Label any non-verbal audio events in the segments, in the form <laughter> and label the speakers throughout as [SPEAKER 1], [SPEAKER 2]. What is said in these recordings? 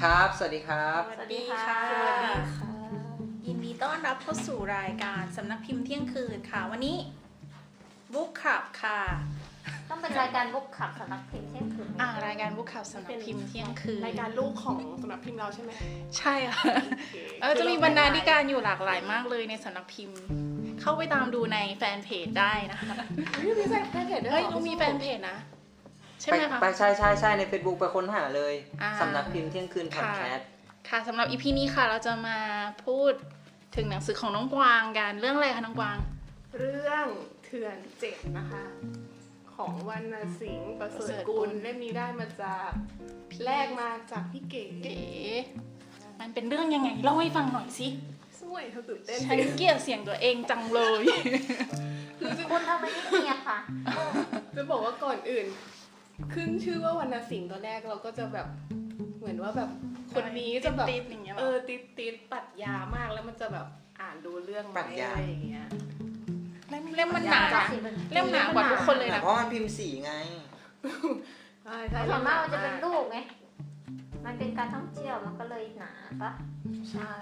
[SPEAKER 1] ครับ สวัสดีครับ
[SPEAKER 2] สวัสดีค่ะ
[SPEAKER 3] สวัสดีค่ะ
[SPEAKER 2] ยินดีต้อนรับเข้าสู่รายการสำนักพิมพ์เที่ยงคืนค่ะ วันนี้บุ๊กขับค่ะ
[SPEAKER 3] ต้องเป็นรายการบุกขับสำนักพิมพ์เช่นคืนไหม
[SPEAKER 2] อ่ารายการบุ๊กขับสำนักพิมพ์เที่ยงคืน
[SPEAKER 4] รายการลูกของสำนักพิมพ์เราใช่ไหม
[SPEAKER 2] ใช่ค่ะ
[SPEAKER 4] โอเค
[SPEAKER 2] เออจะมีบรรณาธิการอยู่หลากหลายมากเลยในสำนักพิมพ์ เข้าไปตามดูในแฟนเพจได้นะคะ
[SPEAKER 4] เฮ้ยมีแฟนเพจด้วย
[SPEAKER 2] เฮ้ย
[SPEAKER 4] หรอ
[SPEAKER 2] ต้องมีแฟนเพจนะ ใช่ไหมคะ
[SPEAKER 1] ไปใช่ใช่ใช่ใน Facebook ไปค้นหาเลย
[SPEAKER 2] อ่า
[SPEAKER 1] สำนักพิมพ์เที่ยงคืนพอด
[SPEAKER 2] ค่ะ
[SPEAKER 1] แคสต์
[SPEAKER 2] ค่ะสำหรับอีพีนี้ค่ะ เราจะมาพูดถึงหนังสือของน้องกวางกันเรื่องอะไรคะน้องกวาง
[SPEAKER 4] เรื่องเถื่อนเจ็ดนะคะ ของวรรณสิงห์ประเสริฐกุลเล่มนี้ได้มาจากแลกมาจากพี่เก๋
[SPEAKER 2] เก๋มันเป็นเรื่องยังไงเล่าให้ฟังหน่อยสิ
[SPEAKER 4] สวยเธอตื่นเต้น
[SPEAKER 2] ฉันเกลียดเสียงตัวเองจังเลย
[SPEAKER 3] คุณทำไมไม่เนียนคะ
[SPEAKER 4] จะบอกว่าก่อนอื่น ขึ้นชื่อว่าวรรณสิงห์ตอนแรกเราก็จะแบบเหมือนว่าแบบคนนี้จะแบบ
[SPEAKER 2] ติดๆอย่างเงี้ยหร
[SPEAKER 4] เอ
[SPEAKER 2] อ
[SPEAKER 4] อติดติดๆปรัดยามากแล้วมันจะแบบอ่านดูเรื่องไหมอะไรอย่างเงี้ย
[SPEAKER 2] เล่มเล่มมันหนา
[SPEAKER 3] จกสีป็น
[SPEAKER 2] เล่มหนากว่าทุกคนเลยนะ
[SPEAKER 1] เพราะมันพิมพ์สีไง
[SPEAKER 4] ใช่ใช่
[SPEAKER 3] ส่วนมากมันจะเป็นลูกไง มันเป็นการท่องเที่ยวมันก็เลยหนาปะ
[SPEAKER 4] ใช่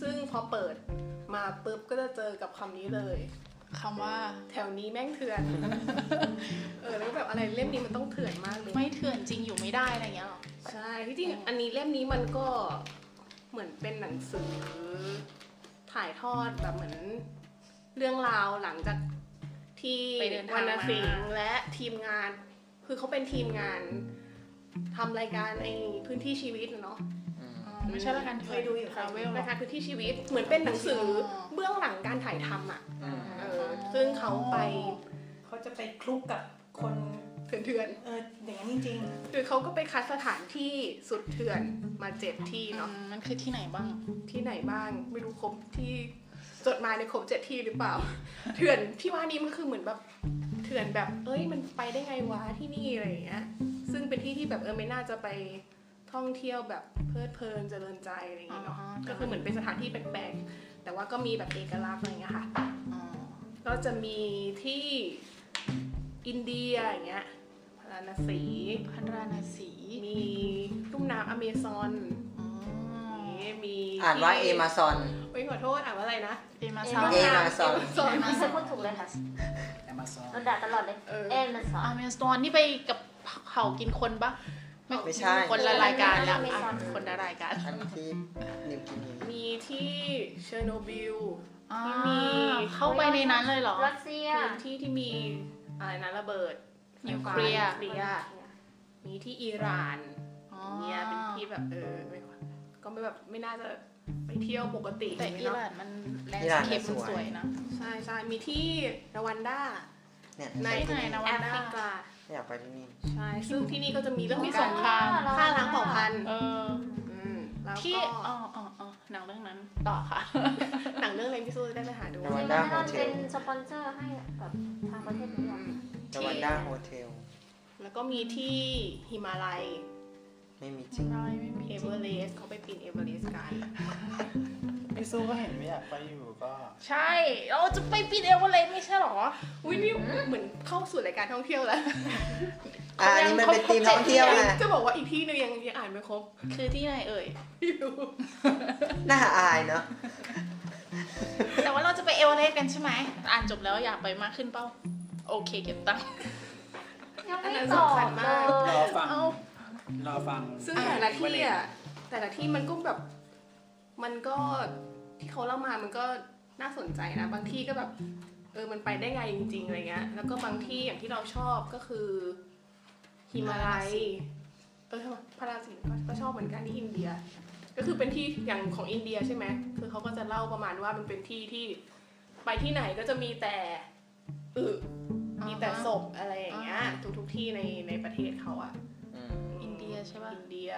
[SPEAKER 4] ซึ่งพอเปิดมาปุ๊บก็จะเจอกับคำนี้เลย
[SPEAKER 2] คำว่า
[SPEAKER 4] แถวนี้แม่งเถื่อน เออแล้วแบบอะไรเล่มนี้มันต้องเถื่อนมากเลย
[SPEAKER 2] ไม่เถื่อนจริงอยู่ไม่ได้อะไรเงี้ยหรอ
[SPEAKER 4] ใช่ที่จริงอันนี้เล่มนี้มันก็เหมือนเป็นหนังสือ ถ่ายทอดแบบเหมือนเรื่องราวหลังจากที่
[SPEAKER 2] ไปเดินทาง
[SPEAKER 4] ว
[SPEAKER 2] มา
[SPEAKER 4] รรณสิงห์และทีมงาน คือเขาเป็นทีมงานทำรายการไอ้พื้นที่ชีวิตน่ะเนาะ
[SPEAKER 1] อืม
[SPEAKER 2] ไม่ใช่ละกัน
[SPEAKER 4] เคยดูอยู่
[SPEAKER 2] ทรา
[SPEAKER 4] ค่ะ
[SPEAKER 2] เวล
[SPEAKER 4] รายการพื้นที่ชีวิตเหมือนเป็นหนังสือ
[SPEAKER 2] อ
[SPEAKER 4] เบื้องหลังการถ่ายทำอ่ะ
[SPEAKER 1] อืม
[SPEAKER 4] เออซึ่งเขาไป
[SPEAKER 5] เขาจะไปคลุกกับคน
[SPEAKER 4] เถื่อน
[SPEAKER 5] เอออย่างนั้นจริง
[SPEAKER 4] ๆคือเขาก็ไปคัดสถานที่สุดเถื่อนมาเจ็ดที่เนาะ
[SPEAKER 2] มันคือที่ไหนบ้าง
[SPEAKER 4] ที่ไหนบ้างไม่รู้ครบที่จดหมายในยครบเจ็ดที่หรือเปล่า เถื่อนที่ว่านี้มันคือเหมือนแบบเถื่อนแบบ เอ้ยมันไปได้ไงวะที่นี่อะไรอย่างเงี้ยซึ่งเป็นที่ที่แบบเออไม่น่าจะไปท่องเที่ยวแบบเพลิดเพลินเจริญใจอะไรอย่างเงี้ยเนาะ
[SPEAKER 2] อ๋อ
[SPEAKER 4] ก็คือเหมือนเป็นสถานที่แปลกๆแต่ว่าก็มีแบบเอกลักษณ์อะไรอย่างเงี้ยค่ะ
[SPEAKER 2] อ๋อ
[SPEAKER 4] ก็จะมีที่อินเดียอย่างเงี้ยพาราณสี
[SPEAKER 2] พันราณสี
[SPEAKER 4] มีลุ่มน้ำอเมซอน
[SPEAKER 2] อ๋อ
[SPEAKER 4] นี่มี
[SPEAKER 1] อ่านว่าเอ
[SPEAKER 4] ที่
[SPEAKER 1] มาซอน
[SPEAKER 4] เอ้ยขอโทษอ่านว่าอะไรนะ
[SPEAKER 2] เอมาซอน
[SPEAKER 1] เอมาซอน
[SPEAKER 4] ซอน
[SPEAKER 3] ไม่เคยพูดถูกเลยค่ะโดนด่าตลอดเลย
[SPEAKER 4] เออ
[SPEAKER 3] เอ็นมันสอ
[SPEAKER 2] อาน เมซอนนี่ไปกับเขากินคนปะ
[SPEAKER 1] ไม่ใช่
[SPEAKER 2] คนละรายการแล้วอ่ะคนละรายการ
[SPEAKER 1] อันที่นิวกินี
[SPEAKER 4] มีที่เชอร์โนบิล
[SPEAKER 2] อ่า
[SPEAKER 4] ที่มี
[SPEAKER 2] เข้าไปในนั้นเลยเหรอ
[SPEAKER 3] รัสเซีย
[SPEAKER 4] พื้นที่ที่มีอะไรนะระเบิด
[SPEAKER 2] นิวเคลียร์
[SPEAKER 4] นิวเคลียร์มีที่อิหร่าน
[SPEAKER 2] อ๋อ
[SPEAKER 4] เนี่ยเป็นที่แบบเออไม่ก็ไม่แบบไม่น่าจะไปเที่ยวปกติ
[SPEAKER 2] แต่
[SPEAKER 4] เลย
[SPEAKER 2] อิ
[SPEAKER 4] เนาะ
[SPEAKER 2] หร่านมันแลนด์สเคปมันสวยนะ
[SPEAKER 4] ใช่ใช่มีที่รวันด้า
[SPEAKER 1] เนี่ย
[SPEAKER 4] ใน
[SPEAKER 2] ที่ไหนนะรวันด้า
[SPEAKER 4] แอฟริกา
[SPEAKER 1] อยากไปที่นี่
[SPEAKER 4] ใช่ ซึ่งที่นี่ก็จะมีเรื่อง
[SPEAKER 2] มี
[SPEAKER 4] ที่
[SPEAKER 2] ส
[SPEAKER 4] ส
[SPEAKER 2] ง
[SPEAKER 4] ง
[SPEAKER 2] คราร
[SPEAKER 4] คาม มฆ่าล้างเผ่าพันธุ์
[SPEAKER 2] เออ
[SPEAKER 4] อืมแล้ว
[SPEAKER 2] ที่
[SPEAKER 4] ก็
[SPEAKER 2] อ๋ออ๋ออ๋อหนังเรื่องนั้น ต่อค่ะ
[SPEAKER 4] หนังเรื่องอะไรพี่ซูจะได้ไปหาดู
[SPEAKER 1] ร
[SPEAKER 3] เดี๋ยว
[SPEAKER 1] ด้า
[SPEAKER 3] นั้น
[SPEAKER 1] โฮ
[SPEAKER 3] เรา
[SPEAKER 1] เทล
[SPEAKER 3] เป็นสปอนเซอร์ให้กับทางประเทศนี้หรอ
[SPEAKER 1] จวันด้าโฮเทล
[SPEAKER 4] แล้วก็มีที่ฮิมาลัย
[SPEAKER 1] ไม่มีจริง
[SPEAKER 2] ไม่ไม่มี
[SPEAKER 4] เอเวอเรสต์เขาไปปีนเอเวอเรสต์กัน
[SPEAKER 6] พี่สู้ก็เห็นไม่อยากไปอยู่ก็
[SPEAKER 2] ใช่ เราจะไปปีนเอเวอเรสต์ไม่ใช่หรอ
[SPEAKER 4] อุ้ยนี่เหมือนเข้าสู่รายการท่องเที่ยวแล้ว
[SPEAKER 1] อ่ะอันนี้มันเป็นทีมท่องเที่ยวไง
[SPEAKER 4] จะบอกว่าอีกที่หนึงยังยังอ่านไม่ครบ
[SPEAKER 2] คือที่ไหนเอ่ย
[SPEAKER 4] ไม่รู้
[SPEAKER 1] น่าอายเนาะ
[SPEAKER 2] แต่ว่าเราจะไปเอเวอเรสต์กันใช่ไหม อ่านจบแล้วอยากไปมากขึ้นเป้า โอเคเก็บตังค์
[SPEAKER 3] ยังไม่ตอบเลย
[SPEAKER 6] รอฟัง
[SPEAKER 2] เอ้า
[SPEAKER 6] รอฟัง
[SPEAKER 4] ซึ่งแต่ละที่อ่ะแต่ละที่มันก็แบบมันก็ที่เขาเล่ามามันก็น่าสนใจนะ บางที่ก็แบบ เออมันไปได้ไงจริงๆอะไรเงี้ย แล้วก็บางที่อย่างที่เราชอบก็คือฮิมาลัยเออพาราณสีก็ก็ชอบเหมือนกันที่อินเดีย ก็คือเป็นที่อย่างของอินเดียใช่ไหมคือเขาก็จะเล่าประมาณว่ามันเป็นที่ที่ไปที่ไหนก็จะมีแต่อึมีแต่ศพอะไรอย่างเงี้ยทุกทุกๆที่ในในประเทศเขาอะ
[SPEAKER 1] อืม
[SPEAKER 2] อินเดียใช่ปะ
[SPEAKER 4] อินเดีย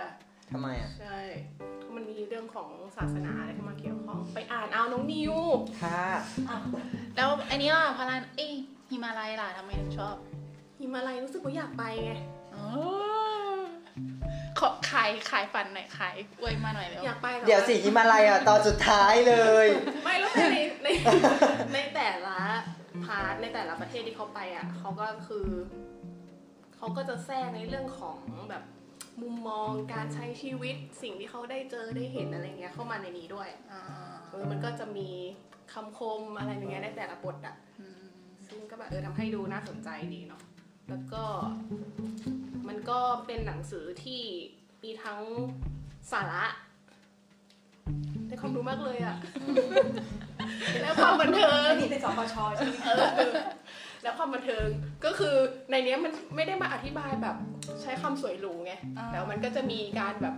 [SPEAKER 1] ทำไมอ่ะ
[SPEAKER 4] ใช่ มันมีเรื่องของศาสนาอะไรเข้ามาเกี่ยวข้อง ไปอ่านเอาน้องนิว
[SPEAKER 1] ค่ะ
[SPEAKER 2] แล้วอันนี้ล่ะพาราณเอ้ยฮิมาลัยล่ะทำไมถึงชอบ
[SPEAKER 4] หิมาลัยรู้สึกว่าอยากไปไง
[SPEAKER 2] อ๋อขอขายขายฝันหน่อยขายอวยมาหน่อยเร็ว
[SPEAKER 4] อยากไปแต่า
[SPEAKER 1] เดี๋ยวสิฮิมาลัยอ่ะ ตอนสุดท้ายเลย
[SPEAKER 4] ไม่แล้ว
[SPEAKER 1] <laughs>
[SPEAKER 4] คือในใน ในแต่ละพาร์ทในแต่ละประเทศที่เขาไปอ่ะ เขาก็คือ เขาก็จะแทรกในเรื่องของแบบ มุมมองการใช้ชีวิตสิ่งที่เขาได้เจอได้เห็นอะไรเงี้ยเข้ามาในนี้ด้วย
[SPEAKER 2] อ่า
[SPEAKER 4] เออมันก็จะมีคำคมอะไรอย่างเงี้ยในแต่ละบทอ่ะ
[SPEAKER 2] อืม
[SPEAKER 4] ซึ่งก็แบบเออทำให้ดูน่าสนใจดีเนาะ แล้วก็มันก็เป็นหนังสือที่มีทั้งสาระได้ความรู้มากเลยอะ แล้วความบันเทิง
[SPEAKER 5] อันนี้เป็นสปชใช่ไหม
[SPEAKER 4] เออแล้วความบันเทิงก็คือในเนี้ยมันไม่ได้มาอธิบายแบบใช้คำสวยหรูไงแล้วมันก็จะมีการแบบ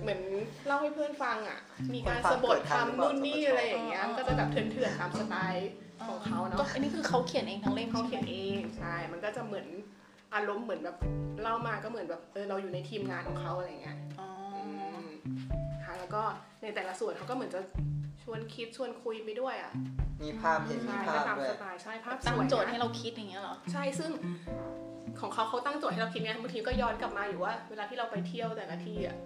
[SPEAKER 4] เหมือนเล่าให้เพื่อนฟังอ่ะ มีการสะบดคำนู่นนี่อะไรอย่างเงี้ยมันก็จะแบบเถื่อนๆตามสไตล์ของเขาเนาะ
[SPEAKER 2] ก็อันนี้คือเขาเขียนเองทั้งเล่ม
[SPEAKER 4] เขาเขี
[SPEAKER 2] ใช่ไห
[SPEAKER 4] ยน
[SPEAKER 2] ม
[SPEAKER 4] เองใช่ มันก็จะเหมือนอารมณ์เหมือนแบบเล่ามาก็เหมือนแบบเออเราอยู่ในทีมงานของเขาอะไรเงี้ย
[SPEAKER 2] อ๋อ
[SPEAKER 4] มค่ะแล้วก็ในแต่ละส่วนเขาก็เหมือนจะชวนคิดชวนคุยไปด้วยอ่ะ
[SPEAKER 1] มีภาพเห็นมี
[SPEAKER 4] ใช่
[SPEAKER 1] ภา
[SPEAKER 4] ก็
[SPEAKER 1] พ
[SPEAKER 4] ตาม
[SPEAKER 1] ด้ว
[SPEAKER 4] ส
[SPEAKER 1] ย
[SPEAKER 4] ไตล์ใช่ภาพส
[SPEAKER 2] ตั้ง
[SPEAKER 4] วย
[SPEAKER 2] โจทย์ให้
[SPEAKER 4] นะ
[SPEAKER 2] เราคิดอย่างเงี้ยเหรอ
[SPEAKER 4] ใช่ซึ่งของเขาเขาตั้งโจทย์ให้เราคิดไงบางทีก็ย้อนกลับมาอยู่ว่า เวลาที่เราไปเที่ยวแต่ละที่อ่ะ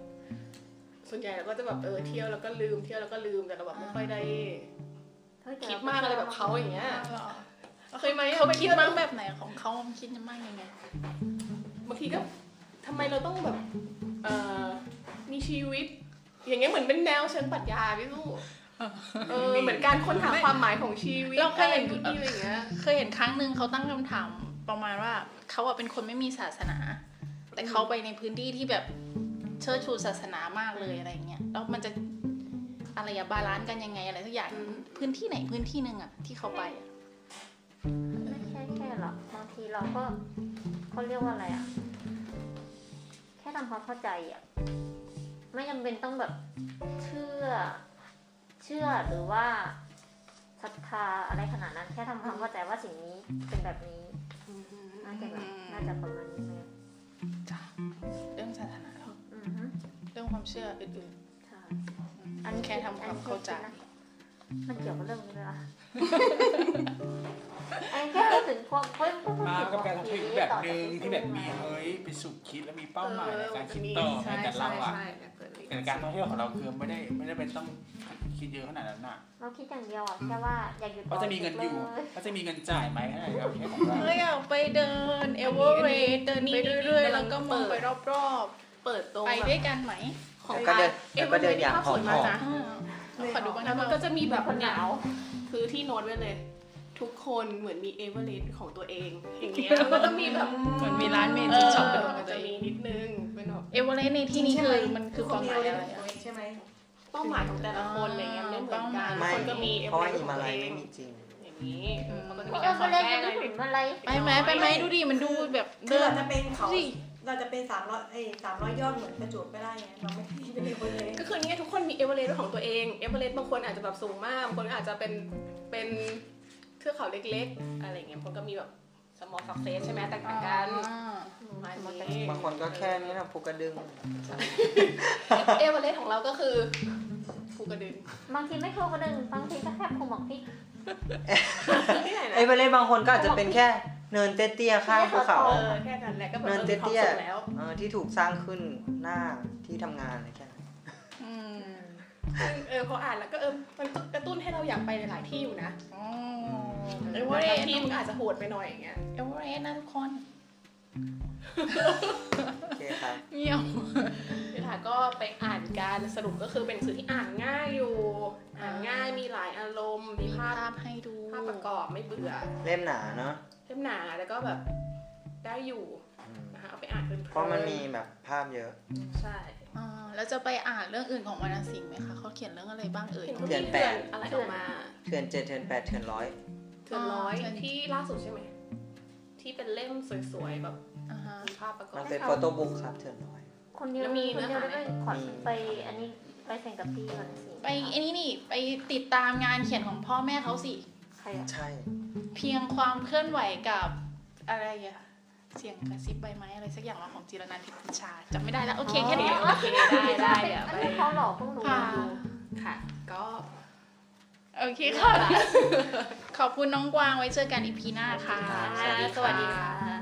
[SPEAKER 4] ส่วนใหญ่เราก็จะแบบเออเที่ยวแล้วก็ลืมเที่ยวแล้วก็ลืมแต่เราแบบไม่ค่อยได้
[SPEAKER 3] เฮ้ยแต่
[SPEAKER 4] คิ
[SPEAKER 3] เร
[SPEAKER 4] ดมากอะไรแบบเขาอย่างเงี้ย เคยไหม
[SPEAKER 2] เขา
[SPEAKER 4] เขาไป
[SPEAKER 2] คิด
[SPEAKER 4] เที่ยว
[SPEAKER 2] มา
[SPEAKER 4] บ้าก ง
[SPEAKER 2] แบบไหนของเขาคิดมากยังไง
[SPEAKER 4] บางทีก็ทำไมเราต้องแบบเอ่อมีชีวิต อย่างเงี้ยเหมือนเป็นแนวเชิงปรัชญาพี่ลูกเออเหมือนการค้นหาความหมายของชีวิต
[SPEAKER 2] เราเคยเห็น
[SPEAKER 4] อะไรนู่นนี่อะไรอย่างเงี้ย
[SPEAKER 2] เคยเห็นครั้งหนึ่งเขาตั้งคำถามประมาณว่าเขาอะเป็นคนไม่มีศาสนา แต่เขาไปในพื้นที่ที่แบบเชิดชูศาสนามากเลยอะไรเงี้ยแล้วมันจะอะไรอะบาลานซ์กันยังไงอะไรสักอย่าง
[SPEAKER 4] อืม
[SPEAKER 2] พื้นที่ไหนพื้นที่หนึ่งอะที่เขาไปอะ
[SPEAKER 3] ไม่ใช่แค่หรอกบางทีเราก็เขาเรียกว่าอะไรอ่ะ แค่ทำความเข้าใจอ่ะ ไม่จำเป็นต้องแบบเชื่อ เชื่อหรือว่าศรัทธาอะไรขนาดนั้น แค่ทำความเข้าใจว่าสิ่งนี้เป็นแบบนี้น่าจะแบบน่าจะประมาณนี้ไหม
[SPEAKER 2] จ้ะเรื่องศาสนาเหรอ
[SPEAKER 3] อือฮึ
[SPEAKER 2] เรื่องความเชื่ออื่น
[SPEAKER 3] ใช่
[SPEAKER 2] ๆ
[SPEAKER 3] อันนี้
[SPEAKER 2] แค่ทำความเข้าใจ
[SPEAKER 3] อันนี้คิดนะ มันเกี่ยวกับเรื่องนี้เลยเหรอ <laughs> ไอ้แค่พูดถึงความเฮ้ยพูดถึง
[SPEAKER 6] มากับการทำชีวิตแบบหนึ่งที่แบบมี
[SPEAKER 3] ต่อจาก
[SPEAKER 6] เฮ้ยไปสู่คิดแล้วมีเป้าหมาย
[SPEAKER 4] อ
[SPEAKER 6] ใน
[SPEAKER 4] อ
[SPEAKER 6] การคิดต่อ
[SPEAKER 4] ใช่
[SPEAKER 6] แต่เราอะ
[SPEAKER 4] ใช่ใช่แบบเปิดลิงก์
[SPEAKER 6] แต่การท่องเที่ยวของเราคือไม่ได้ไม่ได้เป็นต้องคิดเยอะขนาดนั้นน่ะ
[SPEAKER 3] เราคิดอย่างเดียวอะแค่ว่าอยากหยุด
[SPEAKER 6] ก็จะมีเงินอยู่
[SPEAKER 3] เลย
[SPEAKER 6] ก็จะมีเงินจ่ายไหมขนาดเราแค่ของเรา
[SPEAKER 2] เฮ้ยอยากไปเดินเอเวอร์เรสต์เดินไปเรื่อยๆแล้วก็มองไปรอบ
[SPEAKER 4] เปิดตรง
[SPEAKER 2] ๆ ไป
[SPEAKER 4] แบบ
[SPEAKER 2] ด้วยกันไหม
[SPEAKER 4] ของ
[SPEAKER 1] แล้วก็เดิน
[SPEAKER 4] เอ็
[SPEAKER 1] แล้ว
[SPEAKER 4] ม
[SPEAKER 1] ก็เดินอย่าง
[SPEAKER 4] ภาพสวยมาก
[SPEAKER 1] หอม
[SPEAKER 4] นะ
[SPEAKER 2] อ่าขอดูบ้าง
[SPEAKER 4] แล้
[SPEAKER 2] นะ
[SPEAKER 4] ว
[SPEAKER 2] มั
[SPEAKER 4] มัน น
[SPEAKER 2] ก็
[SPEAKER 4] ก็จะมีแบบ
[SPEAKER 3] คนห
[SPEAKER 4] เนี่ย
[SPEAKER 3] นาว
[SPEAKER 4] คือที่โน้ตไว้เลย ทุกคนเหมือนมีเอเวอร์เรสต์ของตัวเองอย่างเงี้ยมันก็จะมีแบบ
[SPEAKER 2] เหมือนมีร้านเม
[SPEAKER 4] เอ
[SPEAKER 2] จิ
[SPEAKER 4] อ
[SPEAKER 2] ช็อปเป็นของ
[SPEAKER 4] มัน
[SPEAKER 2] ตั
[SPEAKER 4] จะ
[SPEAKER 2] วเอ
[SPEAKER 4] มี
[SPEAKER 2] ง
[SPEAKER 4] นิดนึงเป็นแบบ
[SPEAKER 2] เอเวอเรสต์ในที่นี้คือมันคือความหมายอะไร
[SPEAKER 5] ข
[SPEAKER 2] อะ
[SPEAKER 5] งตัวเงใช่ไหม
[SPEAKER 4] เป้าหมายของแต่ละคนอะไรเงี้ยไม่เหมือนกัน
[SPEAKER 1] ไม่
[SPEAKER 4] คนก็มี
[SPEAKER 1] เพราะว่า
[SPEAKER 4] เอ
[SPEAKER 1] อิ
[SPEAKER 4] ฟ
[SPEAKER 1] มา
[SPEAKER 4] เฟ
[SPEAKER 1] ลัย
[SPEAKER 4] ก
[SPEAKER 1] ไม่
[SPEAKER 4] ต์
[SPEAKER 1] มีจริง
[SPEAKER 4] อย่างนี้เออมันก็จะมี
[SPEAKER 3] ไม่เออก็เล่น
[SPEAKER 4] การสอนแก้
[SPEAKER 3] ไม่
[SPEAKER 4] อะไร
[SPEAKER 3] ถึงอะไร
[SPEAKER 2] ไปไหมไปไหมดูดิมันดูแบบ
[SPEAKER 5] คือ
[SPEAKER 2] เดิน
[SPEAKER 5] เราจะเป็นเขา
[SPEAKER 2] สิ
[SPEAKER 5] เราจะเป็นสามร้อยเอ้สามร้อยยอดเหมือนประจวบไม่ได้ไงเราไม่ได้เป็นคนเลย
[SPEAKER 4] ก็คือเนี่ยทุกคนมีเอเวอเรสต์ของตัวเองเอเวอเรสต์บางคนอาจจะแบบสูงมากบางคนอาจจะเป็นเป็นเทือกเขาเล็กๆ อะไรเงี้ยบางคนก็มีแบบ small success ใช่ไหมแตกต่างกัน
[SPEAKER 2] อ่า
[SPEAKER 4] ประมาณนี้
[SPEAKER 1] บางคนก็แค่นี้นะภูกระดึง
[SPEAKER 4] เอเวอเรสต์ของเราก็คือภูกระดึง
[SPEAKER 3] บางทีไม่เข้ากระดึงบางทีก็แค่คงบอกพี่
[SPEAKER 4] ที่ไหนนะ
[SPEAKER 1] ไอ้เบลเล่บางคนก็อาจจะเป็นแค่เนินเตี้ยๆข้างภูเขา
[SPEAKER 4] เออแค่นั้นแหละก็แบบ
[SPEAKER 1] เนิน
[SPEAKER 4] เออมี
[SPEAKER 1] เตี้ย
[SPEAKER 4] ความสุขแล้ว
[SPEAKER 1] ๆเออที่ถูกสร้างขึ้นหน้าที่ทำงานอะไรแค่นั้น
[SPEAKER 2] อืม
[SPEAKER 4] ซึ่งเออพออ่านแล้วก็เออมันกระตุ้นให้เราอยากไปหลายๆที่อยู่นะ
[SPEAKER 2] อ๋อ
[SPEAKER 4] เอ
[SPEAKER 2] เอ
[SPEAKER 4] อ
[SPEAKER 2] เวอ
[SPEAKER 4] ว่า
[SPEAKER 2] เร
[SPEAKER 4] บาง
[SPEAKER 2] สต์
[SPEAKER 4] ทีมันอาจจะโหดไปหน่อยอย่างเงี้ย
[SPEAKER 2] เอเวอเรสต์นะทุกคน
[SPEAKER 1] โอเคครับ
[SPEAKER 2] เงียบ
[SPEAKER 4] พี่ถาก็ไปอ่านกันสรุปก็คือเป็นหนังสือที่อ่านง่ายอยู่
[SPEAKER 2] อ่า
[SPEAKER 4] อ่านง่ายมีหลายอารมณ์มี
[SPEAKER 2] มี
[SPEAKER 4] ภา
[SPEAKER 2] ภา
[SPEAKER 4] พ
[SPEAKER 2] พให้ดู
[SPEAKER 4] ภาพประกอบไม่เบื่อ
[SPEAKER 1] เล่มหนาเนาะ
[SPEAKER 4] เล่มหนาแล้วก็แบบได้อยู่
[SPEAKER 1] อืม
[SPEAKER 4] นะคะเอาไปอ่านเพลินๆ
[SPEAKER 1] เพราะมันมีแบบภาพเยอะ
[SPEAKER 4] ใช่
[SPEAKER 2] อ่าแล้วจะไปอ่านเรื่องอื่นของวรรณสิงห์ไหมคะเขาเขียนเรื่องอะไรบ้างเอ่ย
[SPEAKER 4] เห็นเขา
[SPEAKER 1] เดือน
[SPEAKER 4] มี
[SPEAKER 1] แป
[SPEAKER 4] เดือ
[SPEAKER 1] ด
[SPEAKER 4] นอะไรออกมา
[SPEAKER 1] เถื่อนเจ็ดเถื่อนแปดเถื่อนร้อย
[SPEAKER 4] เถือนร้อย
[SPEAKER 2] เดือน
[SPEAKER 4] ที่ล่าสุดใช่ไหมที่เป็นเล่มสวยๆแบบ
[SPEAKER 2] อ่าฮะ
[SPEAKER 4] มีภาพประกอ
[SPEAKER 1] มั
[SPEAKER 4] บ
[SPEAKER 1] นเป็นโฟโต้บุ๊กครับเถื่อนร้อย
[SPEAKER 3] คนเดียว
[SPEAKER 4] แล้วมี
[SPEAKER 3] คนเดียว
[SPEAKER 4] เนื้อหาไหม
[SPEAKER 3] ได้ขอไปอันนี้ไปแข่งกับพี่ก่อนสิ
[SPEAKER 2] ไปไอ้นี่นี่ไปติดตามงานเขียนของพ่อแม่เขาสิ
[SPEAKER 3] ใครอ่ะ
[SPEAKER 1] ใช่
[SPEAKER 2] เพียงความเคลื่อนไหวกับอะไรอะเสียงกระซิบใบไม้อะไรสักอย่างของจิรนันท์ทิพย์บัญชาจำไม่ได้แล้วโอเคแค่นี้
[SPEAKER 4] โอเคได้ได้เดี๋ยว
[SPEAKER 3] อัน
[SPEAKER 4] ไป
[SPEAKER 3] นี้เขาหลอกเพิ่งรู้
[SPEAKER 2] ค่ะ
[SPEAKER 4] ค่ะ ก็
[SPEAKER 2] โอเค <laughs> ค่ะ ขอบคุณน้องกวางไว้เจอกันอีพีหน้าค่ะ
[SPEAKER 1] ครับ
[SPEAKER 4] สวัสดีค่ะ
[SPEAKER 3] อ่า